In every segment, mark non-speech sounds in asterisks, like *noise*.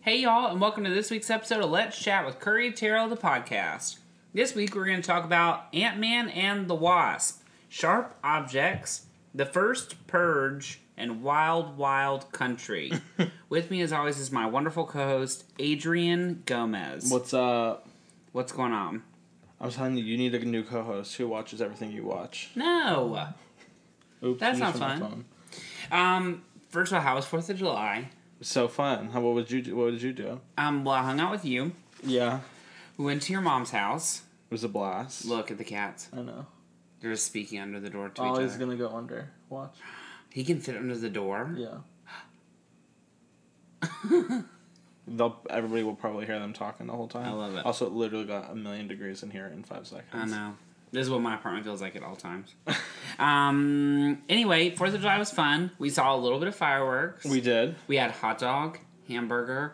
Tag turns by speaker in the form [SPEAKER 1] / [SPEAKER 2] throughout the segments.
[SPEAKER 1] Hey, y'all, and welcome to this week's episode of Let's Chat with Curry Terrell, the podcast. This week, we're going to talk about Ant Man and the Wasp, Sharp Objects, The First Purge, and Wild Wild Country. with me, as always, is my wonderful co host, Adrian Gomez.
[SPEAKER 2] What's up?
[SPEAKER 1] What's going on?
[SPEAKER 2] I was telling you, you need a new co-host who watches everything you watch.
[SPEAKER 1] No!
[SPEAKER 2] Oops,
[SPEAKER 1] That's
[SPEAKER 2] used
[SPEAKER 1] not
[SPEAKER 2] my
[SPEAKER 1] fun.
[SPEAKER 2] phone.
[SPEAKER 1] Um, first of all, how was 4th of July?
[SPEAKER 2] So fun. How? What would you? Do? What did you do?
[SPEAKER 1] Um, well, I hung out with you.
[SPEAKER 2] Yeah, it
[SPEAKER 1] We went to your mom's house.
[SPEAKER 2] was a blast.
[SPEAKER 1] Look at the cats.
[SPEAKER 2] I know.
[SPEAKER 1] They're just speaking under the door to each
[SPEAKER 2] Ollie's
[SPEAKER 1] other.
[SPEAKER 2] Oh, gonna go under. Watch.
[SPEAKER 1] He can fit under the door.
[SPEAKER 2] Yeah. *laughs* They'll. Everybody will probably hear them talking the whole time.
[SPEAKER 1] I love it.
[SPEAKER 2] Also, it literally got a million degrees in here in five seconds.
[SPEAKER 1] I know. This is what my apartment feels like at
[SPEAKER 2] *laughs*
[SPEAKER 1] all times. um. Anyway, Fourth of July was fun. We saw a little bit of fireworks.
[SPEAKER 2] We did
[SPEAKER 1] we had hot dog, hamburger,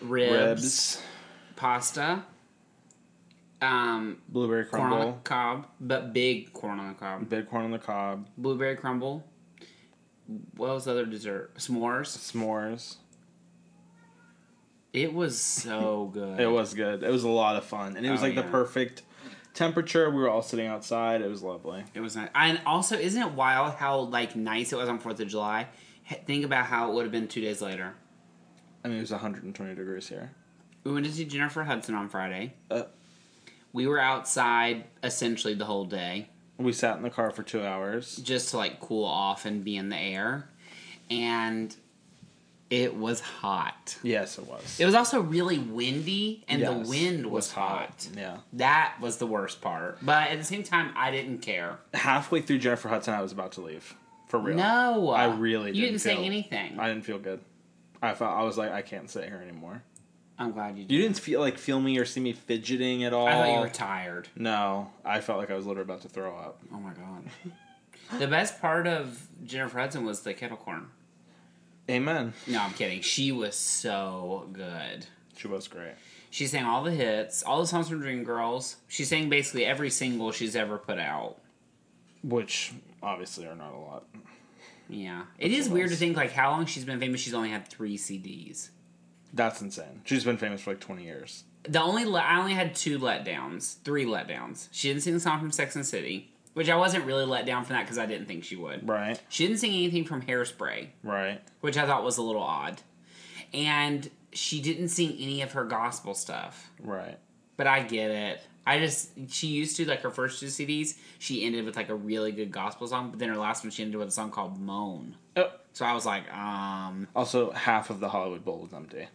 [SPEAKER 1] ribs,
[SPEAKER 2] ribs,
[SPEAKER 1] pasta, um,
[SPEAKER 2] blueberry
[SPEAKER 1] corn on the
[SPEAKER 2] crumble,
[SPEAKER 1] cob, but big corn on the cob,
[SPEAKER 2] big corn on the cob,
[SPEAKER 1] blueberry crumble. What was the other dessert? S'mores.
[SPEAKER 2] s'mores.
[SPEAKER 1] It
[SPEAKER 2] *laughs*
[SPEAKER 1] was so good.
[SPEAKER 2] It was good. It was a lot of fun, and it was
[SPEAKER 1] Oh,
[SPEAKER 2] like
[SPEAKER 1] yeah.
[SPEAKER 2] the perfect temperature. We were all sitting outside. It was lovely.
[SPEAKER 1] It was nice. And also, isn't it wild how like nice it was on Fourth of July? H- Think about how it would have been two days later.
[SPEAKER 2] I mean, it was 120 degrees here.
[SPEAKER 1] We went to see Jennifer Hudson on Friday.
[SPEAKER 2] Uh,
[SPEAKER 1] We were outside essentially the whole day
[SPEAKER 2] we sat in the car for two hours.
[SPEAKER 1] just to like cool off and be in the air. And it was hot.
[SPEAKER 2] Yes, it was.
[SPEAKER 1] It was also really windy and
[SPEAKER 2] Yes,
[SPEAKER 1] the wind
[SPEAKER 2] it
[SPEAKER 1] was, hot.
[SPEAKER 2] Yeah.
[SPEAKER 1] That was the worst part. But at the same time, I didn't care.
[SPEAKER 2] Halfway through Jennifer Hudson, I was about to leave. For real.
[SPEAKER 1] No.
[SPEAKER 2] I really
[SPEAKER 1] You
[SPEAKER 2] didn't
[SPEAKER 1] didn't say
[SPEAKER 2] feel-
[SPEAKER 1] anything.
[SPEAKER 2] I
[SPEAKER 1] I,
[SPEAKER 2] didn't feel good. I felt I was like I can't sit here anymore.
[SPEAKER 1] am glad you did.
[SPEAKER 2] You didn't feel like feel me or see me fidgeting at all.
[SPEAKER 1] I thought you were tired.
[SPEAKER 2] no, I felt like I was literally about to throw up.
[SPEAKER 1] Oh my god. *laughs* the best part of Jennifer Hudson was the kettle corn.
[SPEAKER 2] Amen.
[SPEAKER 1] No, I'm kidding. She was so good.
[SPEAKER 2] She was great.
[SPEAKER 1] She sang all the hits, all the songs from Dreamgirls. She sang basically every single she's ever put out.
[SPEAKER 2] Which obviously are not a lot.
[SPEAKER 1] Yeah. It is
[SPEAKER 2] what
[SPEAKER 1] weird to
[SPEAKER 2] else?
[SPEAKER 1] think like how long she's been famous. She's only had 3 CDs.
[SPEAKER 2] That's insane. She's been famous for like 20 years.
[SPEAKER 1] The only le- I only had two letdowns, three letdowns. She didn't sing the song from Sex and the City, which I wasn't really let down for that cuz I didn't think she would.
[SPEAKER 2] Right.
[SPEAKER 1] She didn't sing anything from Hairspray.
[SPEAKER 2] Right.
[SPEAKER 1] which I thought was a little odd. And she didn't sing any of her gospel stuff.
[SPEAKER 2] Right.
[SPEAKER 1] But I get it. I just she used to like her first two CDs, she ended with like a really good gospel song, but then her last one she ended with a song called Moan.
[SPEAKER 2] Oh.
[SPEAKER 1] So I was like, um,
[SPEAKER 2] Also, half of the Hollywood Bowl was empty.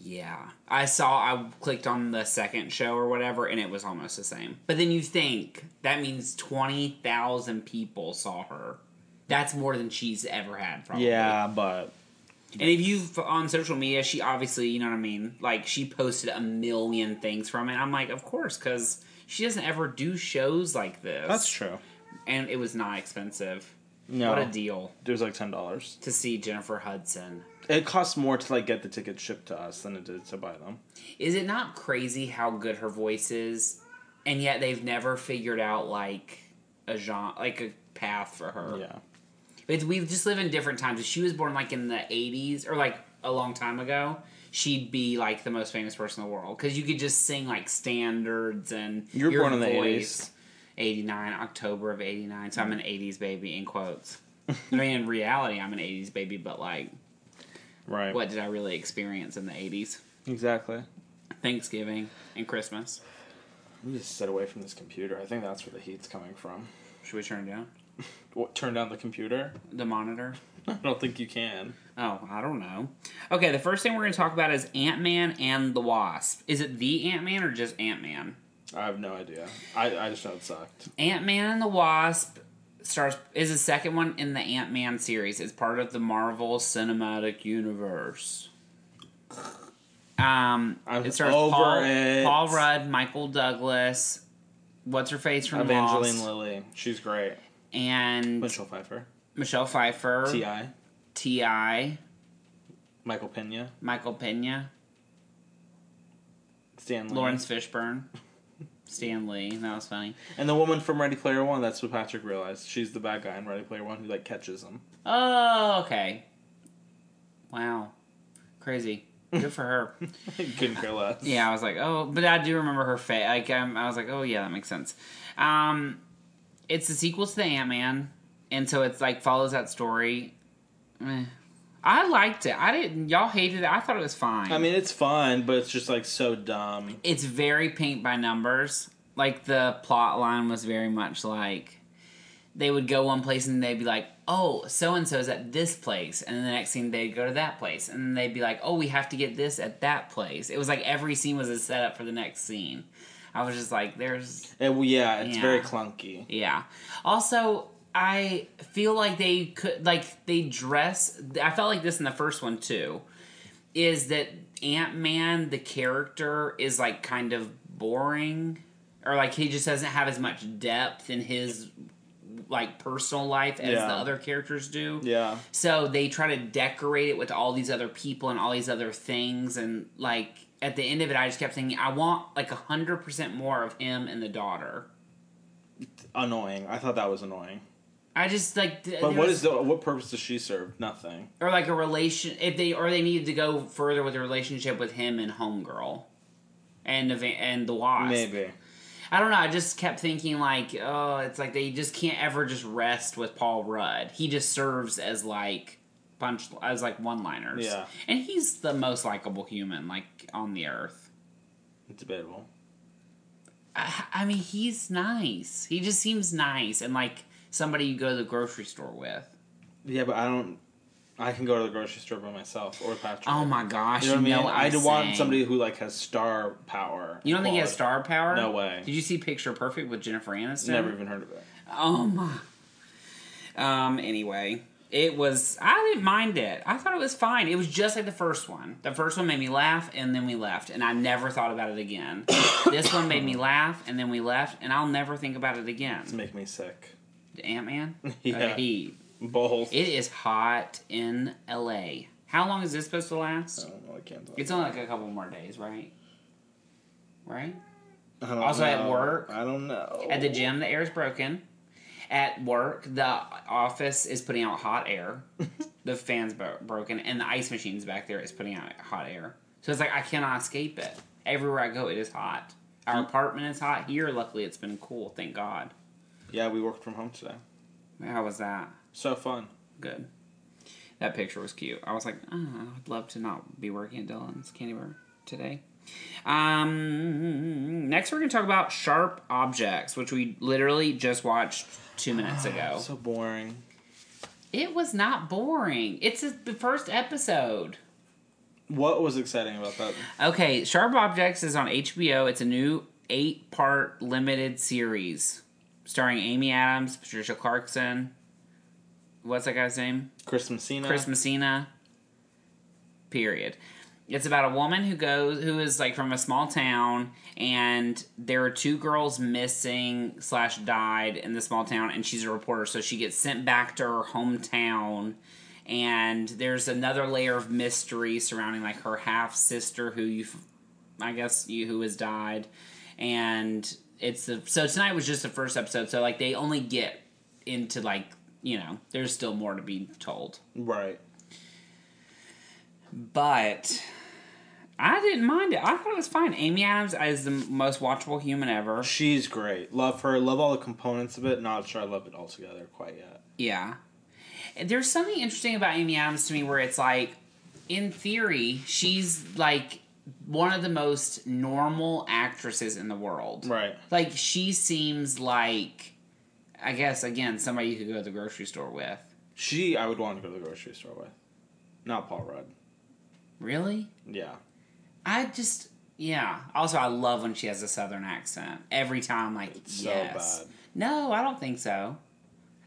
[SPEAKER 1] yeah. I saw I clicked on the second show or whatever and it was almost the same. But then you think that means 20,000 people saw her. That's more than she's ever had probably.
[SPEAKER 2] Yeah, but
[SPEAKER 1] And if you f- on social media, she obviously, you know what I mean. Like she posted a million things from it. I'm like, of course, because she doesn't ever do shows like this.
[SPEAKER 2] that's true.
[SPEAKER 1] And it was not expensive.
[SPEAKER 2] No,
[SPEAKER 1] What a deal
[SPEAKER 2] it was like ten dollars.
[SPEAKER 1] to see Jennifer Hudson.
[SPEAKER 2] It costs more to like get the tickets shipped to us than it did to buy them.
[SPEAKER 1] Is it not crazy how good her voice is, and yet they've never figured out like a genre, like a path for her.
[SPEAKER 2] Yeah,
[SPEAKER 1] It's, we just live in different times. If she was born like in the 80s or like a long time ago, she'd be like the most famous person in the world because you could just sing like standards and
[SPEAKER 2] You were born in the 80s.
[SPEAKER 1] 89, October of 89. So I'm
[SPEAKER 2] Mm.
[SPEAKER 1] an 80s baby in quotes. I mean, in reality, I'm an 80s baby, but like,
[SPEAKER 2] right.
[SPEAKER 1] what did I really experience in the 80s?
[SPEAKER 2] Exactly.
[SPEAKER 1] Thanksgiving and Christmas.
[SPEAKER 2] Let me just sit away from this computer. I think that's where the heat's coming from.
[SPEAKER 1] Should we turn it down?
[SPEAKER 2] What, turn down the computer? *laughs*
[SPEAKER 1] The monitor?
[SPEAKER 2] I don't think you can.
[SPEAKER 1] Oh, I don't know. Okay, the first thing we're going to talk about is Ant Man and the Wasp. Is it the Ant Man or just Ant Man?
[SPEAKER 2] I have no idea. I, I just know it sucked.
[SPEAKER 1] Ant Man and the Wasp stars is the second one in the Ant Man series. It's part of the Marvel Cinematic Universe. Um,
[SPEAKER 2] I'm
[SPEAKER 1] it stars
[SPEAKER 2] over
[SPEAKER 1] Paul,
[SPEAKER 2] it.
[SPEAKER 1] Paul Rudd, Michael Douglas, what's her face from
[SPEAKER 2] Evangeline
[SPEAKER 1] Lost,
[SPEAKER 2] Lilly, she's great.
[SPEAKER 1] and
[SPEAKER 2] Michelle Pfeiffer,
[SPEAKER 1] Michelle Pfeiffer,
[SPEAKER 2] Ti,
[SPEAKER 1] T.I.,
[SPEAKER 2] Michael Pena,
[SPEAKER 1] Michael Pena,
[SPEAKER 2] Stan Lee,
[SPEAKER 1] Lawrence Fishburne, Stan Lee. That was funny.
[SPEAKER 2] and the woman from Ready Player One. That's what Patrick realized. She's the bad guy in Ready Player One who *laughs* like catches him.
[SPEAKER 1] Oh, okay. Wow. Crazy. Good for her.
[SPEAKER 2] Couldn't care less.
[SPEAKER 1] Yeah, I was like, oh, but I do remember her face. Like, um, I was like, oh yeah, that makes sense. Um, it's the sequel to the Ant Man, and so it's like follows that story. Eh. I liked it. I didn't. Y'all hated it. I thought it was fine.
[SPEAKER 2] I mean, it's fun, but it's just like so dumb.
[SPEAKER 1] it's very paint by numbers. Like the plot line was very much like they would go one place and they'd be like, "Oh, so and so's at this place," and then the next scene they'd go to that place, and then they'd be like, "Oh, we have to get this at that place." It was like every scene was a setup for the next scene. I was just like, "There's
[SPEAKER 2] And, well, yeah, it's very
[SPEAKER 1] Yeah.
[SPEAKER 2] clunky.
[SPEAKER 1] yeah." Also, I feel like they could like they dress. I felt like this in the first one too. is that Ant Man, the character, is like kind of boring, or like he just doesn't have as much depth in his like personal life as
[SPEAKER 2] Yeah.
[SPEAKER 1] the other characters do.
[SPEAKER 2] Yeah.
[SPEAKER 1] So they try to decorate it with all these other people and all these other things, and like at the end of it, I just kept thinking, I want like a hundred percent more of him and the daughter.
[SPEAKER 2] Annoying. I thought that was annoying.
[SPEAKER 1] I just like. th-
[SPEAKER 2] But
[SPEAKER 1] there
[SPEAKER 2] what
[SPEAKER 1] was-
[SPEAKER 2] is the what purpose does she serve? Nothing.
[SPEAKER 1] or like a relation if they or they needed to go further with a relationship with him and Homegirl, and the va- and the Wasp.
[SPEAKER 2] Maybe.
[SPEAKER 1] I don't know. I just kept thinking like, oh, it's like they just can't ever just rest with Paul Rudd. He just serves as like punch as like one liners.
[SPEAKER 2] Yeah.
[SPEAKER 1] and he's the most likable human like on the earth.
[SPEAKER 2] Debatable.
[SPEAKER 1] I, I mean, he's nice. He just seems nice and like somebody you go to the grocery store with.
[SPEAKER 2] Yeah, but I don't. I can go to the grocery store by myself or Patrick.
[SPEAKER 1] Oh my gosh!
[SPEAKER 2] You know what I mean?
[SPEAKER 1] what
[SPEAKER 2] I'd
[SPEAKER 1] I'm
[SPEAKER 2] want
[SPEAKER 1] saying.
[SPEAKER 2] somebody who like has star power.
[SPEAKER 1] You don't think he has
[SPEAKER 2] quality.
[SPEAKER 1] star power?
[SPEAKER 2] No way.
[SPEAKER 1] Did you see Picture Perfect with Jennifer Aniston?
[SPEAKER 2] Never even heard of it.
[SPEAKER 1] Oh my. Um. Anyway, it was. I didn't mind it. I thought it was fine. It was just like the first one. The first one made me laugh, and then we left, and I never thought about it again. *coughs* this one made me laugh, and then we left, and I'll never think about it again.
[SPEAKER 2] Make me sick.
[SPEAKER 1] Ant Man.
[SPEAKER 2] *laughs* Yeah. Both.
[SPEAKER 1] It is hot in L.A. How long is this supposed to
[SPEAKER 2] I
[SPEAKER 1] last?
[SPEAKER 2] don't know. I can't talk.
[SPEAKER 1] It's only like a couple more days, right? Right.
[SPEAKER 2] I don't
[SPEAKER 1] also at work.
[SPEAKER 2] I don't know.
[SPEAKER 1] At the gym, the air is broken. At work, the office is putting out hot air. the fan's bro- broken, and the ice machine's back there is putting out hot air. So it's like I cannot escape it. Everywhere I go, it is hot. Our apartment is hot here. Luckily, it's been cool. Thank God.
[SPEAKER 2] Yeah, we worked from home today.
[SPEAKER 1] How was that?
[SPEAKER 2] So fun.
[SPEAKER 1] Good. That picture was cute. I was like, oh, I'd love to not be working at Dylan's Candy Bar today. Um, next, we're going to talk about Sharp Objects, which we literally just watched two minutes ago.
[SPEAKER 2] *gasps* So boring.
[SPEAKER 1] It was not boring. It's a, the first episode.
[SPEAKER 2] What was exciting about that?
[SPEAKER 1] Okay, Sharp Objects is on HBO. It's a new eight part limited series starring Amy Adams, Patricia Clarkson. What's that guy's name?
[SPEAKER 2] Chris Messina.
[SPEAKER 1] Chris Messina. Period. It's about a woman who goes who is like from a small town, and there are two girls missing slash died in the small town, and she's a reporter, so she gets sent back to her hometown. And there's another layer of mystery surrounding like her half sister who you, f- I guess you who has died, and it's the so tonight was just the first episode, so like they only get into like you know there's still more to be told.
[SPEAKER 2] Right.
[SPEAKER 1] But I didn't mind it. I thought it was fine. Amy Adams is the most watchable human ever.
[SPEAKER 2] She's great. Love her. Love all the components of it. Not sure I love it all together quite yet.
[SPEAKER 1] Yeah. There's something interesting about Amy Adams to me where it's like, in theory, she's like one of the most normal actresses in the world.
[SPEAKER 2] Right.
[SPEAKER 1] Like, she seems like, I guess, again, somebody you could go to the grocery store with.
[SPEAKER 2] She, I would want to go to the grocery store with. Not Paul Rudd.
[SPEAKER 1] Really?
[SPEAKER 2] Yeah.
[SPEAKER 1] I just yeah. Also, I love when she has a southern accent. Every time, like
[SPEAKER 2] It's so
[SPEAKER 1] yes.
[SPEAKER 2] bad.
[SPEAKER 1] No, I don't think so.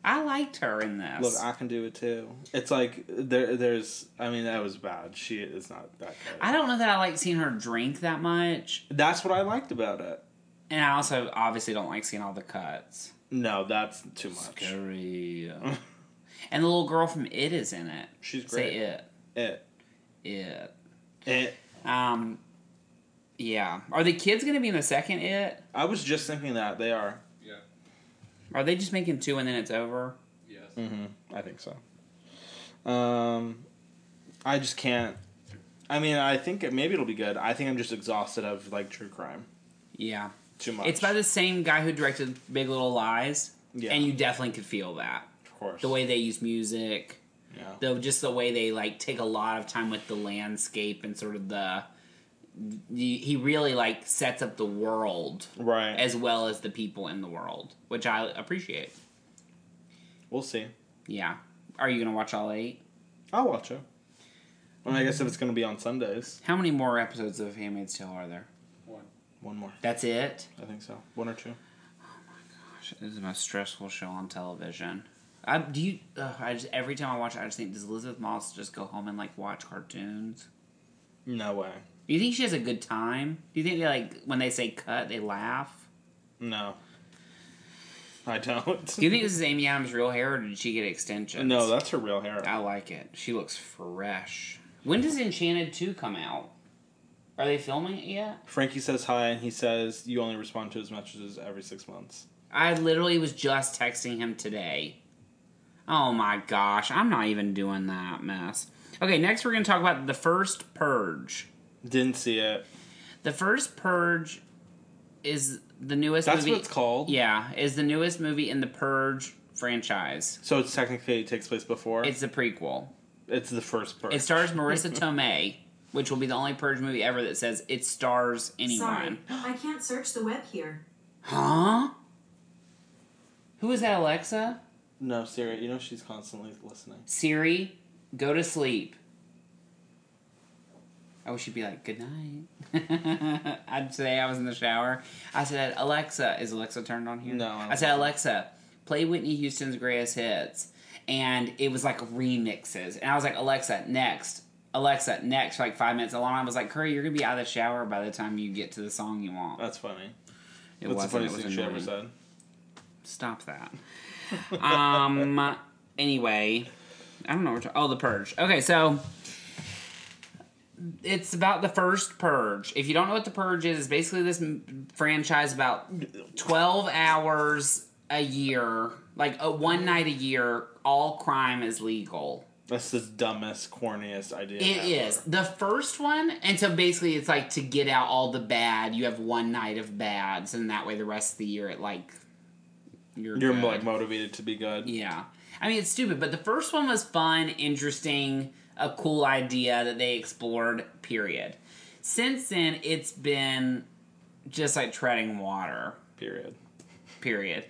[SPEAKER 1] I liked her in this.
[SPEAKER 2] Look, I can do it too. It's like there, there's. I mean, that was bad. She is not that good.
[SPEAKER 1] I don't know that I like seeing her drink that much,
[SPEAKER 2] That's what I liked about it.
[SPEAKER 1] and I also obviously don't like seeing all
[SPEAKER 2] *laughs*
[SPEAKER 1] the cuts.
[SPEAKER 2] No, that's too much.
[SPEAKER 1] Scary. and the little girl from It is in it.
[SPEAKER 2] She's
[SPEAKER 1] Say
[SPEAKER 2] great.
[SPEAKER 1] it.
[SPEAKER 2] It.
[SPEAKER 1] It.
[SPEAKER 2] It.
[SPEAKER 1] Um. Yeah. Are the kids gonna be in the second It?
[SPEAKER 2] I was just thinking that they are.
[SPEAKER 3] Yeah.
[SPEAKER 1] Are they just making two and then it's over?
[SPEAKER 3] Yes.
[SPEAKER 1] Mm.
[SPEAKER 2] Mm-hmm. I think so. Um, I just can't. I mean, I think it- maybe it'll be good. I think I'm just exhausted of like true crime
[SPEAKER 1] Yeah.
[SPEAKER 2] too much.
[SPEAKER 1] It's by the same guy who directed Big Little Lies.
[SPEAKER 2] Yeah.
[SPEAKER 1] And you definitely could feel that.
[SPEAKER 2] of course
[SPEAKER 1] The way they use music,
[SPEAKER 2] yeah.
[SPEAKER 1] the just the way they like take a lot of time with the landscape and sort of the the- he really like sets up the world
[SPEAKER 2] right.
[SPEAKER 1] as well as the people in the world, which I appreciate.
[SPEAKER 2] we'll see.
[SPEAKER 1] Yeah. Are you gonna watch all eight?
[SPEAKER 2] I'll watch it. Well, I guess if it's gonna be on Sundays,
[SPEAKER 1] How many more episodes of Handmaid's Tale are there?
[SPEAKER 3] One.
[SPEAKER 2] one more.
[SPEAKER 1] That's it.
[SPEAKER 2] I think so. One or two.
[SPEAKER 1] Gosh, This is the most stressful show on television. I, do you? Ugh, I just every time I watch, it, I just think, does Elizabeth Moss just go home and like watch cartoons?
[SPEAKER 2] No way.
[SPEAKER 1] Do you think she has a good time? Do you think they like when they say cut, they laugh?
[SPEAKER 2] No. I don't.
[SPEAKER 1] Do you think this is Amy Adams' real hair, or did she get extensions?
[SPEAKER 2] *laughs* no, that's her real hair.
[SPEAKER 1] I like it. She looks fresh. When does Enchanted two come out? Are they filming it yet?
[SPEAKER 2] Frankie says hi, and he says you only respond to his messages every six months.
[SPEAKER 1] I literally was just texting him today. Oh my gosh, I'm not even doing that mess. Okay, next we're going to talk about the first purge.
[SPEAKER 2] Didn't see it.
[SPEAKER 1] The first purge is the newest
[SPEAKER 2] That's
[SPEAKER 1] movie.
[SPEAKER 2] what it's called.
[SPEAKER 1] Yeah, is the newest movie in the Purge franchise.
[SPEAKER 2] So it's technically it takes place before.
[SPEAKER 1] It's the prequel.
[SPEAKER 2] It's the first person.
[SPEAKER 1] It stars Marissa Tomei, which will be the only Purge movie ever that says it stars anyone.
[SPEAKER 4] Sorry, I can't search the web here.
[SPEAKER 1] Huh? Who is that, Alexa?
[SPEAKER 2] no, Sarah. You know she's constantly listening.
[SPEAKER 1] Siri, go to sleep. I wish you'd be like, good night. *laughs* I'd say I was in the shower. I said, Alexa, is Alexa turned on here?
[SPEAKER 2] No, I don't
[SPEAKER 1] I said, Alexa, play Whitney Houston's greatest hits. And it was like remixes. And I was like, Alexa, next. Alexia, next for like five minutes. Alana was like, Curry, you're gonna be out of the shower by the time you get to the song you want.
[SPEAKER 2] That's funny.
[SPEAKER 1] It
[SPEAKER 2] That's the
[SPEAKER 1] wasn't, it
[SPEAKER 2] funniest
[SPEAKER 1] was
[SPEAKER 2] thing she ever
[SPEAKER 1] annoying.
[SPEAKER 2] said.
[SPEAKER 1] Stop that. um. *laughs* Anyway, I don't know. What we're ta- oh, the purge. Okay, so it's about the first purge. If you don't know what the purge is, it's basically this m- franchise about twelve hours a year, like a one night a year. All crime is legal.
[SPEAKER 2] That's the dumbest, corniest idea.
[SPEAKER 1] It
[SPEAKER 2] ever.
[SPEAKER 1] is the first one, and so basically, it's like to get out all the bad. You have one night of bads, and that way, the rest of the year, it like you're
[SPEAKER 2] You're
[SPEAKER 1] good.
[SPEAKER 2] like motivated to be good.
[SPEAKER 1] Yeah. I mean, it's stupid, but the first one was fun, interesting, a cool idea that they explored, period. Since then, it's been just like treading water,
[SPEAKER 2] Period.
[SPEAKER 1] period.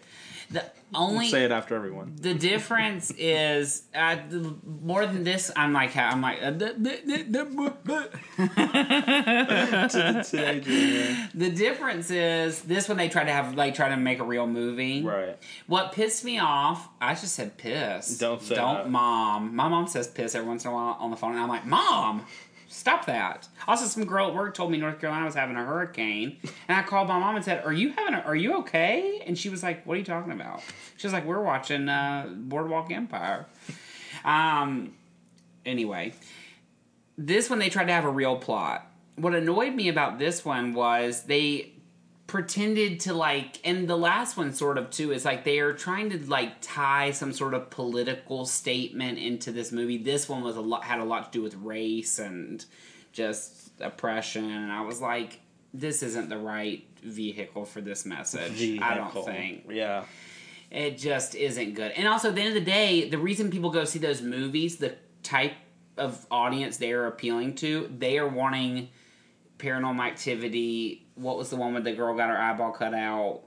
[SPEAKER 1] The only
[SPEAKER 2] Say it after
[SPEAKER 1] *laughs*
[SPEAKER 2] everyone. *laughs*
[SPEAKER 1] the difference is uh, the- more than this. I'm like I'm like *laughs* uh, the- the- the- the-
[SPEAKER 2] Today, Junior.
[SPEAKER 1] the difference is this one they try to have like try to make a real movie.
[SPEAKER 2] Right.
[SPEAKER 1] What pissed me off, I just said piss.
[SPEAKER 2] Don't say
[SPEAKER 1] Don't
[SPEAKER 2] that.
[SPEAKER 1] mom. My mom says piss every once in a while on the phone, and I'm like, Mom, stop that. Also, some girl at work told me North Carolina was having a hurricane, and I called my mom and said, Are you having a, are you okay? And she was like, What are you talking about? She was like, We're watching uh, Boardwalk Empire. Um, anyway, this one they tried to have a real plot. What annoyed me about this one was they pretended to like and the last one sort of too is like they are trying to like tie some sort of political statement into this movie this one was a lot had a lot to do with race and just oppression and i was like this isn't the right vehicle for this message i
[SPEAKER 2] Vehicle.
[SPEAKER 1] don't think
[SPEAKER 2] Yeah.
[SPEAKER 1] it just isn't good. And also, at the end of the day, the reason people go see those movies, the type of audience they are appealing to, they are wanting paranormal activity. What was the one where the girl got her eyeball cut out?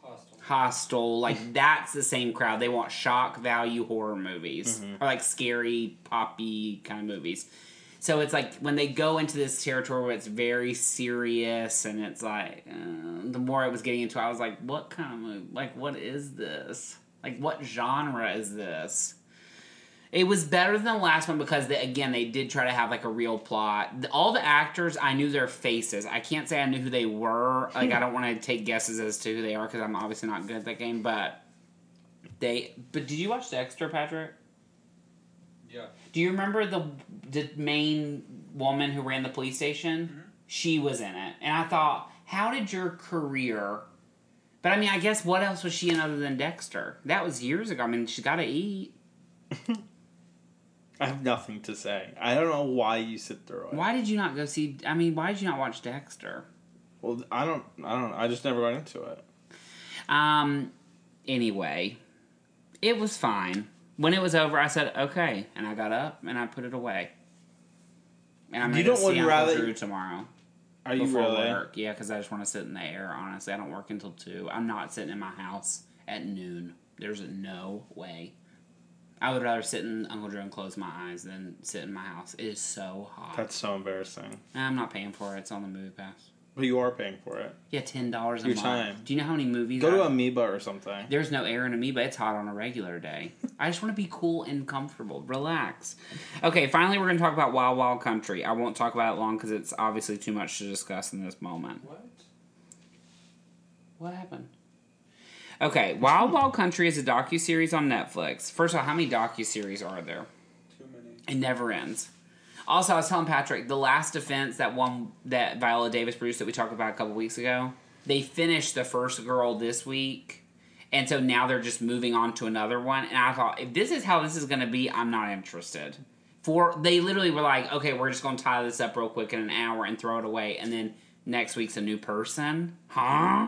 [SPEAKER 3] Hostile.
[SPEAKER 1] Hostel. Like, *laughs* that's the same crowd. They want shock value horror movies or like scary, poppy kind of movies. So it's like when they go into this territory where it's very serious, and it's like uh, the more I was getting into, it, I was like, "What kind of movie? Like, what is this? Like, what genre is this?" It was better than the last one because they, again they did try to have like a real plot. The- All the actors, I knew their faces. I can't say I knew who they were. Like, I don't want to take guesses as to who they are because I'm obviously not good at that game. But they. But did you watch Dexter, Patrick?
[SPEAKER 3] Yeah.
[SPEAKER 1] Do you remember the the main woman who ran the police station? She was in it, and I thought, how did your career? But I mean, I guess what else was she in other than Dexter? That was years ago. I mean, she's got to eat.
[SPEAKER 2] I have nothing to say. I don't know why you sit through it.
[SPEAKER 1] Why did you not go see? I mean, why did you not watch Dexter?
[SPEAKER 2] Well, I don't. I don't. I just never got into it.
[SPEAKER 1] Um. Anyway, it was fine. When it was over, I said okay, and I got up and I put it away. And I'm
[SPEAKER 2] You
[SPEAKER 1] gonna
[SPEAKER 2] don't
[SPEAKER 1] see
[SPEAKER 2] would
[SPEAKER 1] Uncle
[SPEAKER 2] rather-
[SPEAKER 1] Drew tomorrow
[SPEAKER 2] Are you
[SPEAKER 1] before
[SPEAKER 2] really?
[SPEAKER 1] work. Yeah, because I just want to sit in the air. Honestly, I don't work until two. I'm not sitting in my house at noon. There's no way. I would rather sit in Uncle Drew and close my eyes than sit in my house. It is so hot.
[SPEAKER 2] That's so embarrassing.
[SPEAKER 1] I'm not paying for it. It's on the movie pass.
[SPEAKER 2] But you are paying for it.
[SPEAKER 1] Yeah, ten dollars a
[SPEAKER 2] Your
[SPEAKER 1] month.
[SPEAKER 2] time.
[SPEAKER 1] Do you know how many movies?
[SPEAKER 2] Go to
[SPEAKER 1] I-
[SPEAKER 2] Amoeba or something.
[SPEAKER 1] There's no air in amoeba. It's hot on a regular day. I just want to be cool and comfortable. Relax. Okay, finally, we're going to talk about Wild Wild Country. I won't talk about it long because it's obviously too much to discuss in this moment.
[SPEAKER 3] What?
[SPEAKER 1] What happened? Okay, Wild Wild Country is a docu series on Netflix. First of all, how many docu series are there?
[SPEAKER 3] Too many.
[SPEAKER 1] It never ends. Also, I was telling Patrick the last defense that one that Viola Davis produced that we talked about a couple weeks ago. They finished the first girl this week, and so now they're just moving on to another one. And I thought, if this is how this is going to be, I'm not interested. For they literally were like, okay, we're just going to tie this up real quick in an hour and throw it away, and then next week's a new person, huh?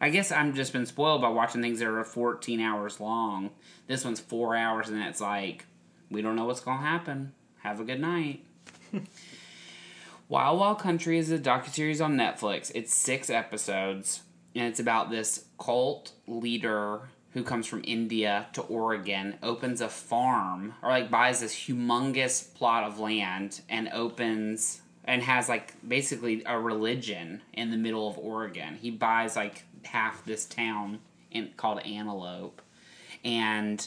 [SPEAKER 1] I guess I've just been spoiled by watching things that are 14 hours long. This one's four hours, and it's like, we don't know what's going to happen. Have a good night. Wild Wild Country is a docuseries on Netflix. It's six episodes, and it's about this cult leader who comes from India to Oregon, opens a farm, or like buys this humongous plot of land and opens and has like basically a religion in the middle of Oregon. He buys like half this town in, called Antelope. And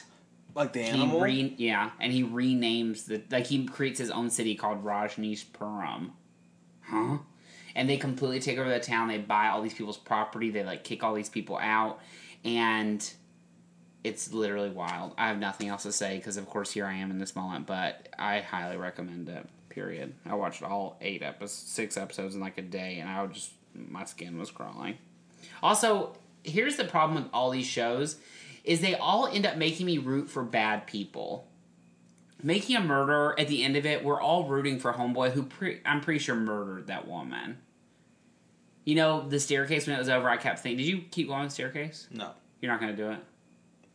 [SPEAKER 2] Like the
[SPEAKER 1] he re- yeah, and he renames the like he creates his own city called Rajneeshpuram. Huh? And they completely take over the town. They buy all these people's property. They like kick all these people out, and it's literally wild. I have nothing else to say because, of course, here I am in this moment. But I highly recommend it. Period. I watched all eight episodes, six episodes in like a day, and I was just my skin was crawling. Also, here's the problem with all these shows is they all end up making me root for bad people. Making a murderer at the end of it, we're all rooting for homeboy who pre- I'm pretty sure murdered that woman. You know, the staircase when it was over, I kept thinking, did you keep going on the staircase?
[SPEAKER 2] no.
[SPEAKER 1] You're not going to do it.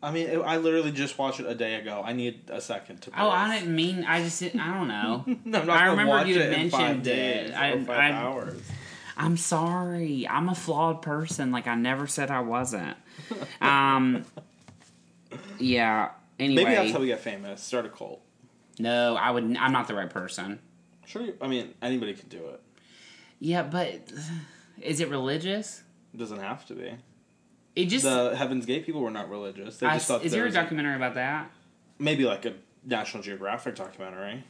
[SPEAKER 2] I mean, it- I literally just watched it a day ago. I need a second to.
[SPEAKER 1] Oh, I
[SPEAKER 2] breathe.
[SPEAKER 1] didn't mean. I just didn't. I don't know.
[SPEAKER 2] *laughs* No, *laughs* I'm not
[SPEAKER 1] I
[SPEAKER 2] gonna
[SPEAKER 1] remember
[SPEAKER 2] watch
[SPEAKER 1] you
[SPEAKER 2] it in five
[SPEAKER 1] mentioned
[SPEAKER 2] days
[SPEAKER 1] it.
[SPEAKER 2] or
[SPEAKER 1] I-
[SPEAKER 2] five
[SPEAKER 1] I- *laughs*
[SPEAKER 2] hours.
[SPEAKER 1] I'm sorry. I'm a flawed person. Like I never said I wasn't. Um. Yeah. Anyway,
[SPEAKER 2] Maybe that's how we get famous. Start a cult.
[SPEAKER 1] no, I would. I'm not the right person.
[SPEAKER 2] Sure. you- I mean, anybody can do it.
[SPEAKER 1] Yeah, but *sighs* is it religious?
[SPEAKER 2] It doesn't have to be.
[SPEAKER 1] It just.
[SPEAKER 2] The Heaven's Gate people were not religious. They
[SPEAKER 1] I-
[SPEAKER 2] just thought
[SPEAKER 1] is there a
[SPEAKER 2] was-
[SPEAKER 1] documentary about that?
[SPEAKER 2] maybe like a National Geographic documentary.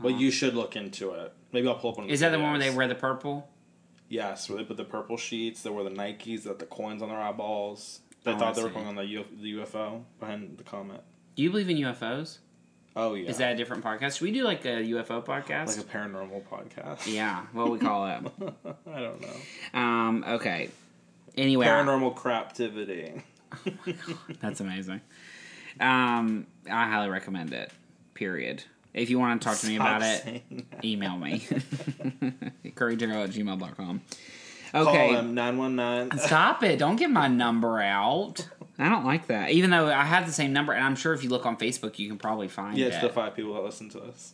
[SPEAKER 2] But you should look into it. Maybe I'll pull up one.
[SPEAKER 1] Is that the one where
[SPEAKER 2] videos.
[SPEAKER 1] they wear the purple?
[SPEAKER 2] Yes, where they put the purple sheets. They wore the Nikes. They had the coins on their eyeballs. They
[SPEAKER 1] Oh, I
[SPEAKER 2] thought they were
[SPEAKER 1] see.
[SPEAKER 2] going on the, U- the UFO behind the comet.
[SPEAKER 1] Do you believe in UFOs?
[SPEAKER 2] Oh yeah,
[SPEAKER 1] Is that a different podcast? Should we do like a UFO podcast?
[SPEAKER 2] like a paranormal podcast?
[SPEAKER 1] yeah, what we call it.
[SPEAKER 2] *laughs* I don't know.
[SPEAKER 1] um, okay. Anyway, I-
[SPEAKER 2] Paranormal craptivity.
[SPEAKER 1] that's amazing. Um, I highly recommend it. Period. If you want to *laughs* talk to me about
[SPEAKER 2] Stop
[SPEAKER 1] it,
[SPEAKER 2] saying that.
[SPEAKER 1] email *laughs* me. CurryGirl at gmail.com.
[SPEAKER 2] Call
[SPEAKER 1] Okay.
[SPEAKER 2] them nine one nine.
[SPEAKER 1] Stop it. Don't get my number out. I don't like that. Even though I have the same number, and I'm sure if you look on Facebook, you can probably
[SPEAKER 2] *laughs*
[SPEAKER 1] find
[SPEAKER 2] Yeah,
[SPEAKER 1] it.
[SPEAKER 2] it's the five people that listen to us.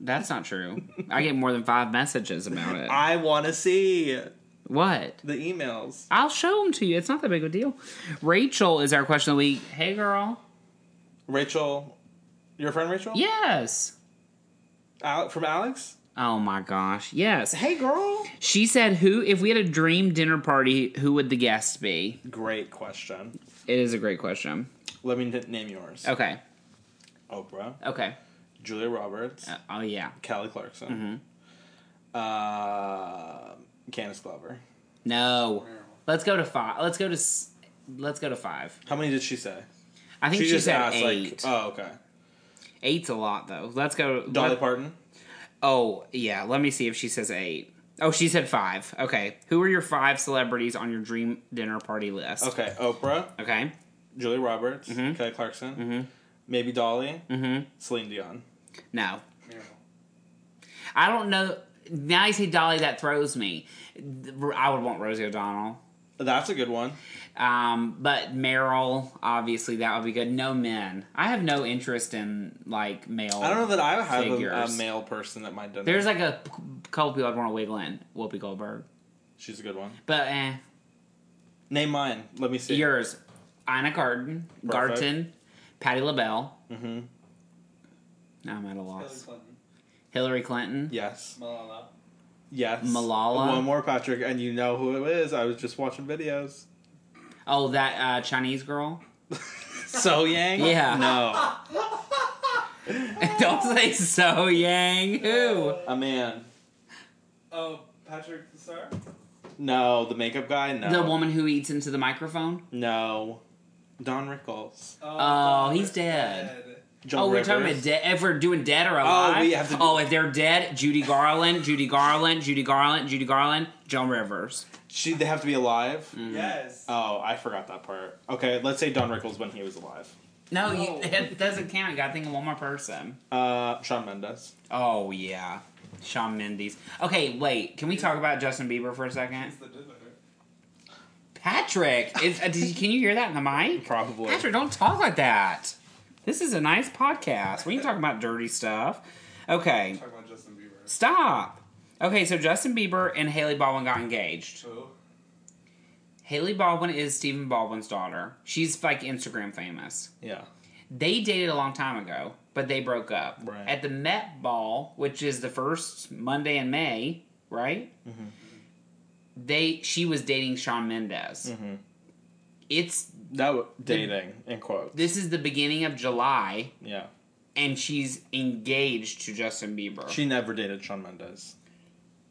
[SPEAKER 1] That's not true. I get more than five messages about it.
[SPEAKER 2] *laughs* I want to see the
[SPEAKER 1] what?
[SPEAKER 2] emails.
[SPEAKER 1] I'll show them to you. It's not that big of a deal. Rachel is our question of the week. Hey, girl.
[SPEAKER 2] Rachel, your friend Rachel.
[SPEAKER 1] Yes.
[SPEAKER 2] Al- from Alex.
[SPEAKER 1] Oh my gosh. Yes.
[SPEAKER 2] Hey, girl.
[SPEAKER 1] She said, "Who, if we had a dream dinner party, who would the guests be?"
[SPEAKER 2] Great question.
[SPEAKER 1] It is a great question.
[SPEAKER 2] Let me n- name yours.
[SPEAKER 1] Okay.
[SPEAKER 2] Oprah,
[SPEAKER 1] Okay.
[SPEAKER 2] Julia Roberts,
[SPEAKER 1] Uh, oh yeah. Mm-hmm.
[SPEAKER 2] Kelly Clarkson, uh, Candace Glover.
[SPEAKER 1] No.
[SPEAKER 3] Meryl.
[SPEAKER 1] Let's go to five. Let's go to. s- Let's go to five.
[SPEAKER 2] How many did she say?
[SPEAKER 1] I think she, said eight.
[SPEAKER 2] oh, okay.
[SPEAKER 1] Eight's a lot though. Let's go.
[SPEAKER 2] Dolly
[SPEAKER 1] let-
[SPEAKER 2] Parton.
[SPEAKER 1] Oh yeah, let me see if she says eight. Oh, she said five. Okay, who are your five celebrities on your dream dinner party list?
[SPEAKER 2] Okay, Oprah,
[SPEAKER 1] Okay.
[SPEAKER 2] Julia Roberts, Kelly Clarkson, Maybe Dolly,
[SPEAKER 1] Mm-hmm.
[SPEAKER 2] Celine Dion.
[SPEAKER 1] No.
[SPEAKER 3] Miracle.
[SPEAKER 1] I don't know. Now you say Dolly, that throws me. I would want Rosie O'Donnell.
[SPEAKER 2] That's a good one.
[SPEAKER 1] Um, but Meryl, obviously, that would be good. No men. I have no interest in like male.
[SPEAKER 2] I don't know that I have a, a
[SPEAKER 1] Figures.
[SPEAKER 2] male person that might.
[SPEAKER 1] There's like a p- couple people I'd want to wiggle in. Whoopi Goldberg,
[SPEAKER 2] She's a good one.
[SPEAKER 1] but eh.
[SPEAKER 2] Name mine. Let me see.
[SPEAKER 1] Yours, Ina Garten,
[SPEAKER 2] Perfect.
[SPEAKER 1] Garten, Patty LaBelle.
[SPEAKER 2] hmm
[SPEAKER 1] No, I'm at a
[SPEAKER 3] Hillary
[SPEAKER 1] loss.
[SPEAKER 3] Clinton.
[SPEAKER 1] Hillary Clinton.
[SPEAKER 2] Yes.
[SPEAKER 3] Malala.
[SPEAKER 2] Yes.
[SPEAKER 1] Malala.
[SPEAKER 2] One more, Patrick, and you know who it is. I was just watching videos.
[SPEAKER 1] Oh, that uh, Chinese girl.
[SPEAKER 2] *laughs*
[SPEAKER 1] *laughs*
[SPEAKER 2] so Yang.
[SPEAKER 1] Yeah.
[SPEAKER 3] *laughs*
[SPEAKER 2] No.
[SPEAKER 1] don't say so, Yang. Who?
[SPEAKER 2] A man.
[SPEAKER 3] Oh, Patrick the Star?
[SPEAKER 2] No. The makeup guy. No.
[SPEAKER 1] The woman who eats into the microphone.
[SPEAKER 2] No. Don Rickles.
[SPEAKER 1] Oh,
[SPEAKER 3] Don
[SPEAKER 1] he's
[SPEAKER 3] Rickles.
[SPEAKER 1] dead.
[SPEAKER 2] John
[SPEAKER 1] oh,
[SPEAKER 2] Rivers.
[SPEAKER 1] we're talking about dead. If we're doing dead or alive.
[SPEAKER 2] we have to do-
[SPEAKER 1] oh, if they're dead, Judy Garland, Judy Garland, Judy Garland, Judy Garland, Joan Rivers.
[SPEAKER 2] She. They have to be alive.
[SPEAKER 1] Mm.
[SPEAKER 3] Yes.
[SPEAKER 2] Oh, I forgot that part. Okay, let's say Don Rickles when he was alive.
[SPEAKER 1] No,
[SPEAKER 3] No.
[SPEAKER 1] You, it doesn't count. You gotta think of one more person.
[SPEAKER 2] Uh, Sean Mendes.
[SPEAKER 1] Oh yeah, Sean Mendes. Okay, wait. Can we talk about Justin Bieber for a second?
[SPEAKER 3] He's the deliverer.
[SPEAKER 1] Patrick, is, uh, did you, can you hear that in the
[SPEAKER 2] *laughs*
[SPEAKER 1] mic?
[SPEAKER 2] Probably.
[SPEAKER 1] Patrick, don't talk like that. This is a nice podcast. We can talk about dirty stuff. Okay,
[SPEAKER 3] Talking about Justin Bieber.
[SPEAKER 1] stop. Okay, so Justin Bieber and Haley Baldwin got engaged.
[SPEAKER 3] Who?
[SPEAKER 1] Haley Baldwin is Stephen Baldwin's daughter. She's like Instagram famous.
[SPEAKER 2] Yeah.
[SPEAKER 1] They dated a long time ago, but they broke up.
[SPEAKER 2] Right.
[SPEAKER 1] At the Met Ball, which is the first Monday in May, right?
[SPEAKER 2] Mhm.
[SPEAKER 1] They she was dating Sean Mendes.
[SPEAKER 2] Mm-hmm.
[SPEAKER 1] It's
[SPEAKER 2] That w- dating in quotes.
[SPEAKER 1] this is the beginning of July
[SPEAKER 2] yeah.
[SPEAKER 1] and she's engaged to Justin Bieber.
[SPEAKER 2] She never dated Sean Mendes.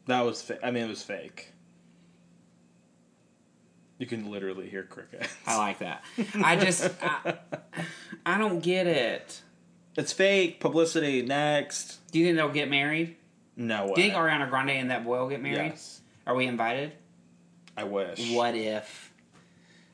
[SPEAKER 2] That was. Fa- I mean, it was fake. You can literally hear crickets.
[SPEAKER 1] I like that. I just I, I don't get it.
[SPEAKER 2] *laughs* It's fake publicity. Next.
[SPEAKER 1] Do you think they'll get married?
[SPEAKER 2] No way.
[SPEAKER 1] Do you think Ariana Grande and that boy will get married?
[SPEAKER 2] Yes.
[SPEAKER 1] Are we invited?
[SPEAKER 2] I wish.
[SPEAKER 1] What if?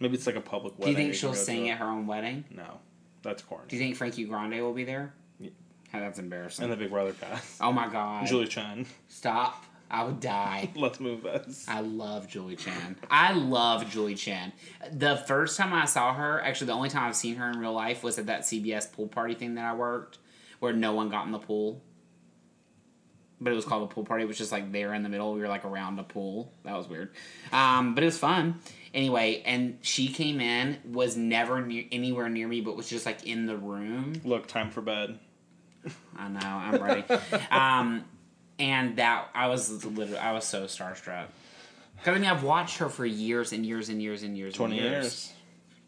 [SPEAKER 2] Maybe it's like a public
[SPEAKER 1] Do
[SPEAKER 2] wedding.
[SPEAKER 1] you think
[SPEAKER 2] can
[SPEAKER 1] she'll
[SPEAKER 2] go to.
[SPEAKER 1] sing at her own wedding?
[SPEAKER 2] No, that's corny.
[SPEAKER 1] Do you think Frankie Grande will be there?
[SPEAKER 2] Yeah.
[SPEAKER 1] Oh, that's embarrassing.
[SPEAKER 2] and the Big Brother cast.
[SPEAKER 1] oh my god.
[SPEAKER 2] Julie Chen. *laughs*
[SPEAKER 1] Stop. I would die.
[SPEAKER 2] Let's move us.
[SPEAKER 1] I love Julie Chen. I love Julie Chen. The first time I saw her, actually, the only time I've seen her in real life was at that CBS pool party thing that I worked where no one got in the pool. But it was called a pool party. It was just like there in the middle. We were like around a pool. That was weird. Um, but it was fun. Anyway, and she came in, was never near, anywhere near me, but was just like in the room.
[SPEAKER 2] Look, time for bed.
[SPEAKER 1] I know,
[SPEAKER 2] *laughs*
[SPEAKER 1] I'm ready. um, and that I was literally, I was so starstruck. 'Cause, I mean, I've watched her for years and years and years and years. and
[SPEAKER 2] Twenty years.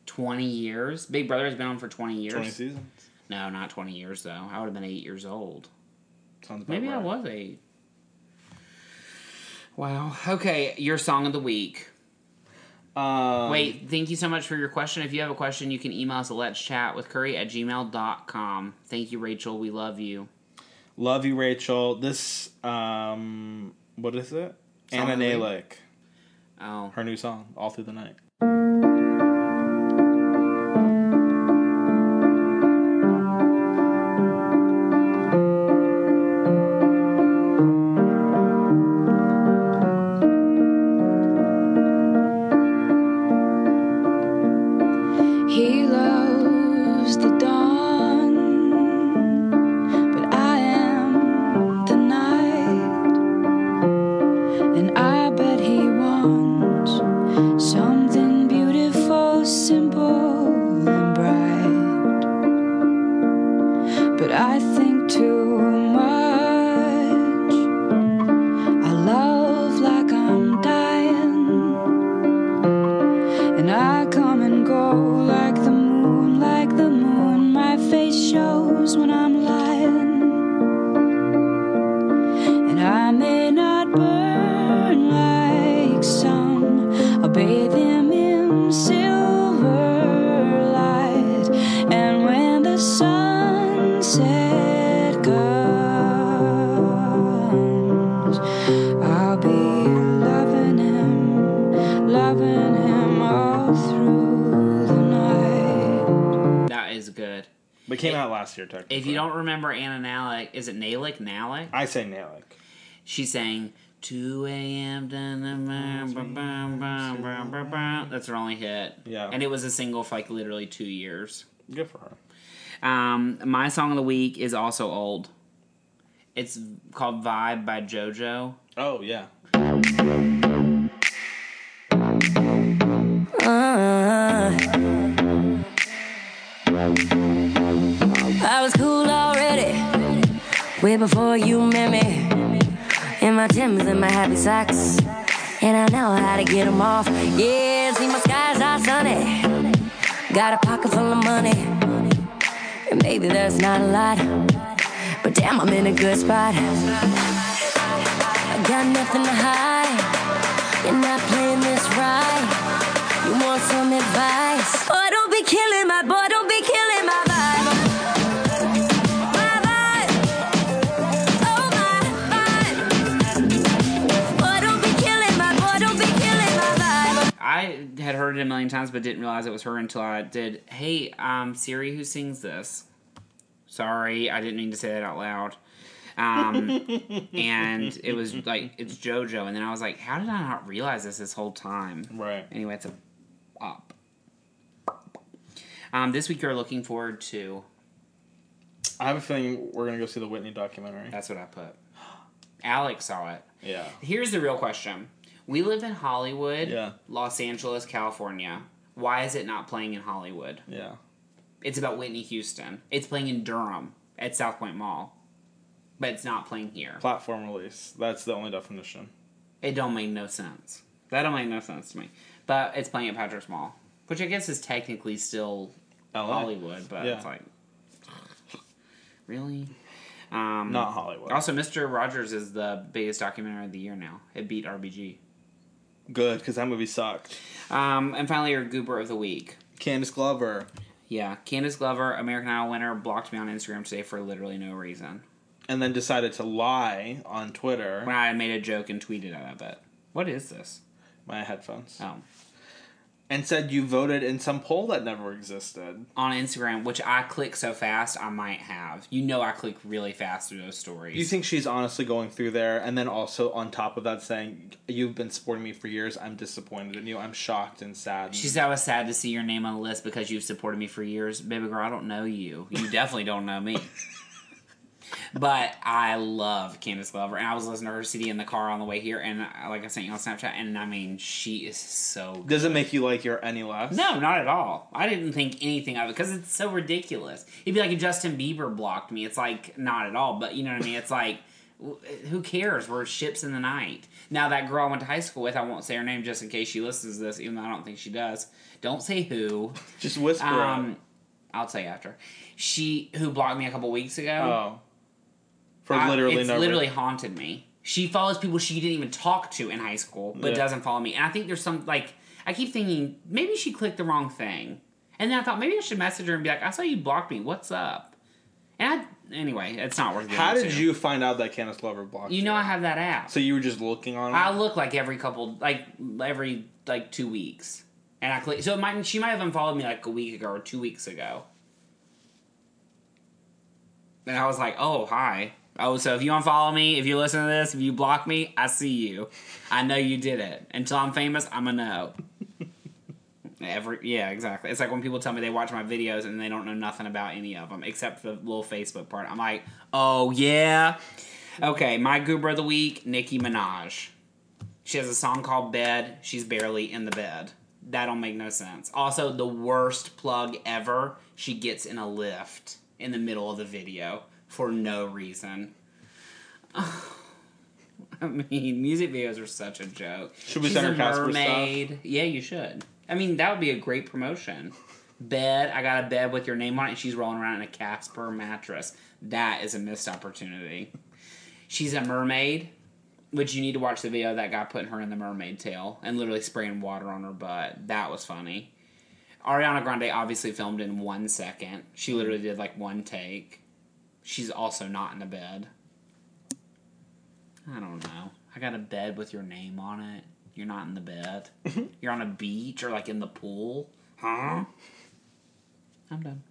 [SPEAKER 1] Twenty years. Big Brother has been on for twenty years.
[SPEAKER 2] Twenty seasons.
[SPEAKER 1] no, not twenty years though. I would have been eight years old.
[SPEAKER 2] Sounds about
[SPEAKER 1] Maybe I
[SPEAKER 2] right.
[SPEAKER 1] was eight. Wow. Okay, your song of the week.
[SPEAKER 2] Um,
[SPEAKER 1] Wait, thank you so much for your question. If you have a question, you can email us at let's chat with curry at gmail.com. Thank you, Rachel. We love you.
[SPEAKER 2] Love you, Rachel. This, um, what is it?
[SPEAKER 1] Song
[SPEAKER 2] Anna
[SPEAKER 1] of the week.
[SPEAKER 2] Nalick.
[SPEAKER 1] Oh.
[SPEAKER 2] Her new song, All Through the Night.
[SPEAKER 5] He loves the dawn, but I am the night, and I bet he wants something beautiful, simple, and bright. But I think too much. I love like I'm dying. And I come and go like the moon, like the moon. My face shows when I'm lying. And I may not burn like some. I'll bathe him in silver light. And when the sunset comes, I'll be loving him loving him all through the night.
[SPEAKER 1] That is good.
[SPEAKER 2] But it came out last year, technically.
[SPEAKER 1] If you don't remember Anna Nalick, is it Nalick? Nalick?
[SPEAKER 2] I say Nalick.
[SPEAKER 1] She sang 2 a.m. dun, dun, bum, bum, bum, bum, bum, bum, bum. That's her only hit.
[SPEAKER 2] Yeah.
[SPEAKER 1] And it was a single for like literally two years.
[SPEAKER 2] Good for her.
[SPEAKER 1] Um, my song of the week is also old. It's called Vibe by JoJo.
[SPEAKER 2] Oh, yeah.
[SPEAKER 6] I was cool already, way before you met me. In my Timbs and my happy socks, and I know how to get them off. Yeah, see my skies are sunny, got a pocket full of money, and maybe that's not a lot, but damn, I'm in a good spot. I got nothing to hide, you're not playing this right. You want some advice? Oh, don't be killing my boy, don't be killing my vibe. My vibe. Oh, my vibe. Boy, don't be killing my boy, don't be killing my vibe.
[SPEAKER 1] I had heard it a million times, but didn't realize it was her until I did. Hey, um, Siri, who sings this? Sorry, I didn't mean to say that out loud. Um, and it was like it's JoJo, and then I was like, how did I not realize this this whole time?
[SPEAKER 2] Right.
[SPEAKER 1] Anyway, it's a pop. Um, this week you're looking forward to.
[SPEAKER 2] I have a feeling we're going to go see the Whitney documentary.
[SPEAKER 1] That's what I put. Alex saw it.
[SPEAKER 2] Yeah.
[SPEAKER 1] Here's the real question. We live in Hollywood,
[SPEAKER 2] Yeah.
[SPEAKER 1] Los Angeles, California. Why is it not playing in Hollywood?
[SPEAKER 2] Yeah.
[SPEAKER 1] It's about Whitney Houston. It's playing in Durham at South Point Mall. But it's not playing here.
[SPEAKER 2] Platform release. That's the only definition.
[SPEAKER 1] It don't make no sense. That don't make no sense to me. But it's playing at Patrick's Mall, which I guess is technically still
[SPEAKER 2] LA.
[SPEAKER 1] Hollywood, but
[SPEAKER 2] Yeah.
[SPEAKER 1] it's like really. Um,
[SPEAKER 2] Not Hollywood.
[SPEAKER 1] Also, Mister Rogers is the biggest documentary of the year now. It beat RBG.
[SPEAKER 2] Good, because that movie sucked.
[SPEAKER 1] Um, and finally, your goober of the week.
[SPEAKER 2] Candace Glover.
[SPEAKER 1] Yeah, Candace Glover, American Idol winner, blocked me on Instagram today for literally no reason.
[SPEAKER 2] And then decided to lie on
[SPEAKER 1] When
[SPEAKER 2] Twitter.
[SPEAKER 1] I made a joke and tweeted at it. What is this?
[SPEAKER 2] My headphones.
[SPEAKER 1] Oh.
[SPEAKER 2] And said you voted in some poll that never existed.
[SPEAKER 1] On Instagram, which I click so fast, I might have. You know, I click really fast through those stories.
[SPEAKER 2] You think she's honestly going through there, and then also on top of that saying, You've been supporting me for years. I'm disappointed in you. I'm shocked and sad.
[SPEAKER 1] She said, I was sad to see your name on the list because you've supported me for years. Baby girl, I don't know you.
[SPEAKER 2] *laughs*
[SPEAKER 1] You definitely don't know me. but I love Candace Glover. And I was listening to her CD in the car on the way here. And I- like I sent you on Snapchat. And I mean, she is so good.
[SPEAKER 2] Does it make you like her any less?
[SPEAKER 1] No, not at all. I didn't think anything of it because it's so ridiculous. It'd be like if Justin Bieber blocked me. It's like, not at all. But you know what I mean? It's like, w- eh, who cares? We're ships in the night. Now, that girl I went to high school with, I won't say her name just in case she listens to this, even though I don't think she does. Don't say who.
[SPEAKER 2] Just whisper. it.
[SPEAKER 1] Um, I'll tell you after. She who blocked me a couple weeks ago.
[SPEAKER 2] Oh. For
[SPEAKER 1] I-
[SPEAKER 2] literally
[SPEAKER 1] it's
[SPEAKER 2] no
[SPEAKER 1] literally
[SPEAKER 2] reason.
[SPEAKER 1] haunted me. She follows people she didn't even talk to in high school, but
[SPEAKER 2] Yeah.
[SPEAKER 1] doesn't follow me. And I think there's some like I keep thinking maybe she clicked the wrong thing, and then I thought maybe I should message her and be like, "I saw you blocked me. What's up?" And I, anyway, it's not worth. getting
[SPEAKER 2] How did
[SPEAKER 1] into.
[SPEAKER 2] you find out that Candace Glover blocked
[SPEAKER 1] You know I have that app.
[SPEAKER 2] So you were just looking on
[SPEAKER 1] I
[SPEAKER 2] it?
[SPEAKER 1] look like every couple, like every like two weeks, and I click. So it might, she might have unfollowed me like a week ago or two weeks ago. And I was like, "Oh, hi. Oh, so if you unfollow me, if you listen to this, if you block me, I see you. I know you did it. Until I'm famous, I'm a no." *laughs* Every yeah, exactly. It's like when people tell me they watch my videos and they don't know nothing about any of them except the little Facebook part. I'm like, "Oh yeah." Okay, my goober of the week, Nicki Minaj. She has a song called Bed. She's barely in the bed. That don't make no sense. Also, the worst plug ever. She gets in a lift in the middle of the video for no reason. *sighs* I mean, music videos are such a joke.
[SPEAKER 2] Should we send her Casper stuff?
[SPEAKER 1] Yeah, you should. I mean, that would be a great promotion. Bed, I got a bed with your name on it, and she's rolling around in a Casper mattress. That is a missed opportunity. She's a mermaid. Which you need to watch the video of that guy putting her in the mermaid tail and literally spraying water on her butt. That was funny. Ariana Grande obviously filmed in one second. She literally did like one take. She's also not in a bed. I don't know. I got a bed with your name on it. You're not in the bed. You're on a beach or like in the pool. Huh? I'm done.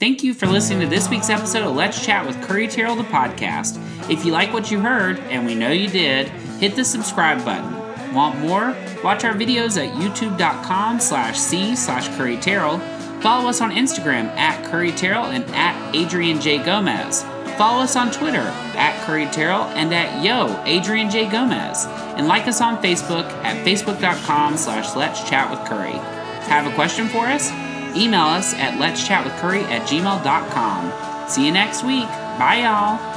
[SPEAKER 1] Thank you for listening to this week's episode of Let's Chat with Curry Terrell, the podcast. If you like what you heard, and we know you did, hit the subscribe button. Want more? Watch our videos at youtube.com slash C slash Curry Terrell. Follow us on Instagram at Curry Terrell and at Adrian J. Gomez. Follow us on Twitter at Curry Terrell and at Yo Adrian J. Gomez. And like us on Facebook at facebook.com slash Let's Chat with Curry. Have a question for us? Email us at let's chat with curry at gmail.com. See you next week. Bye, y'all.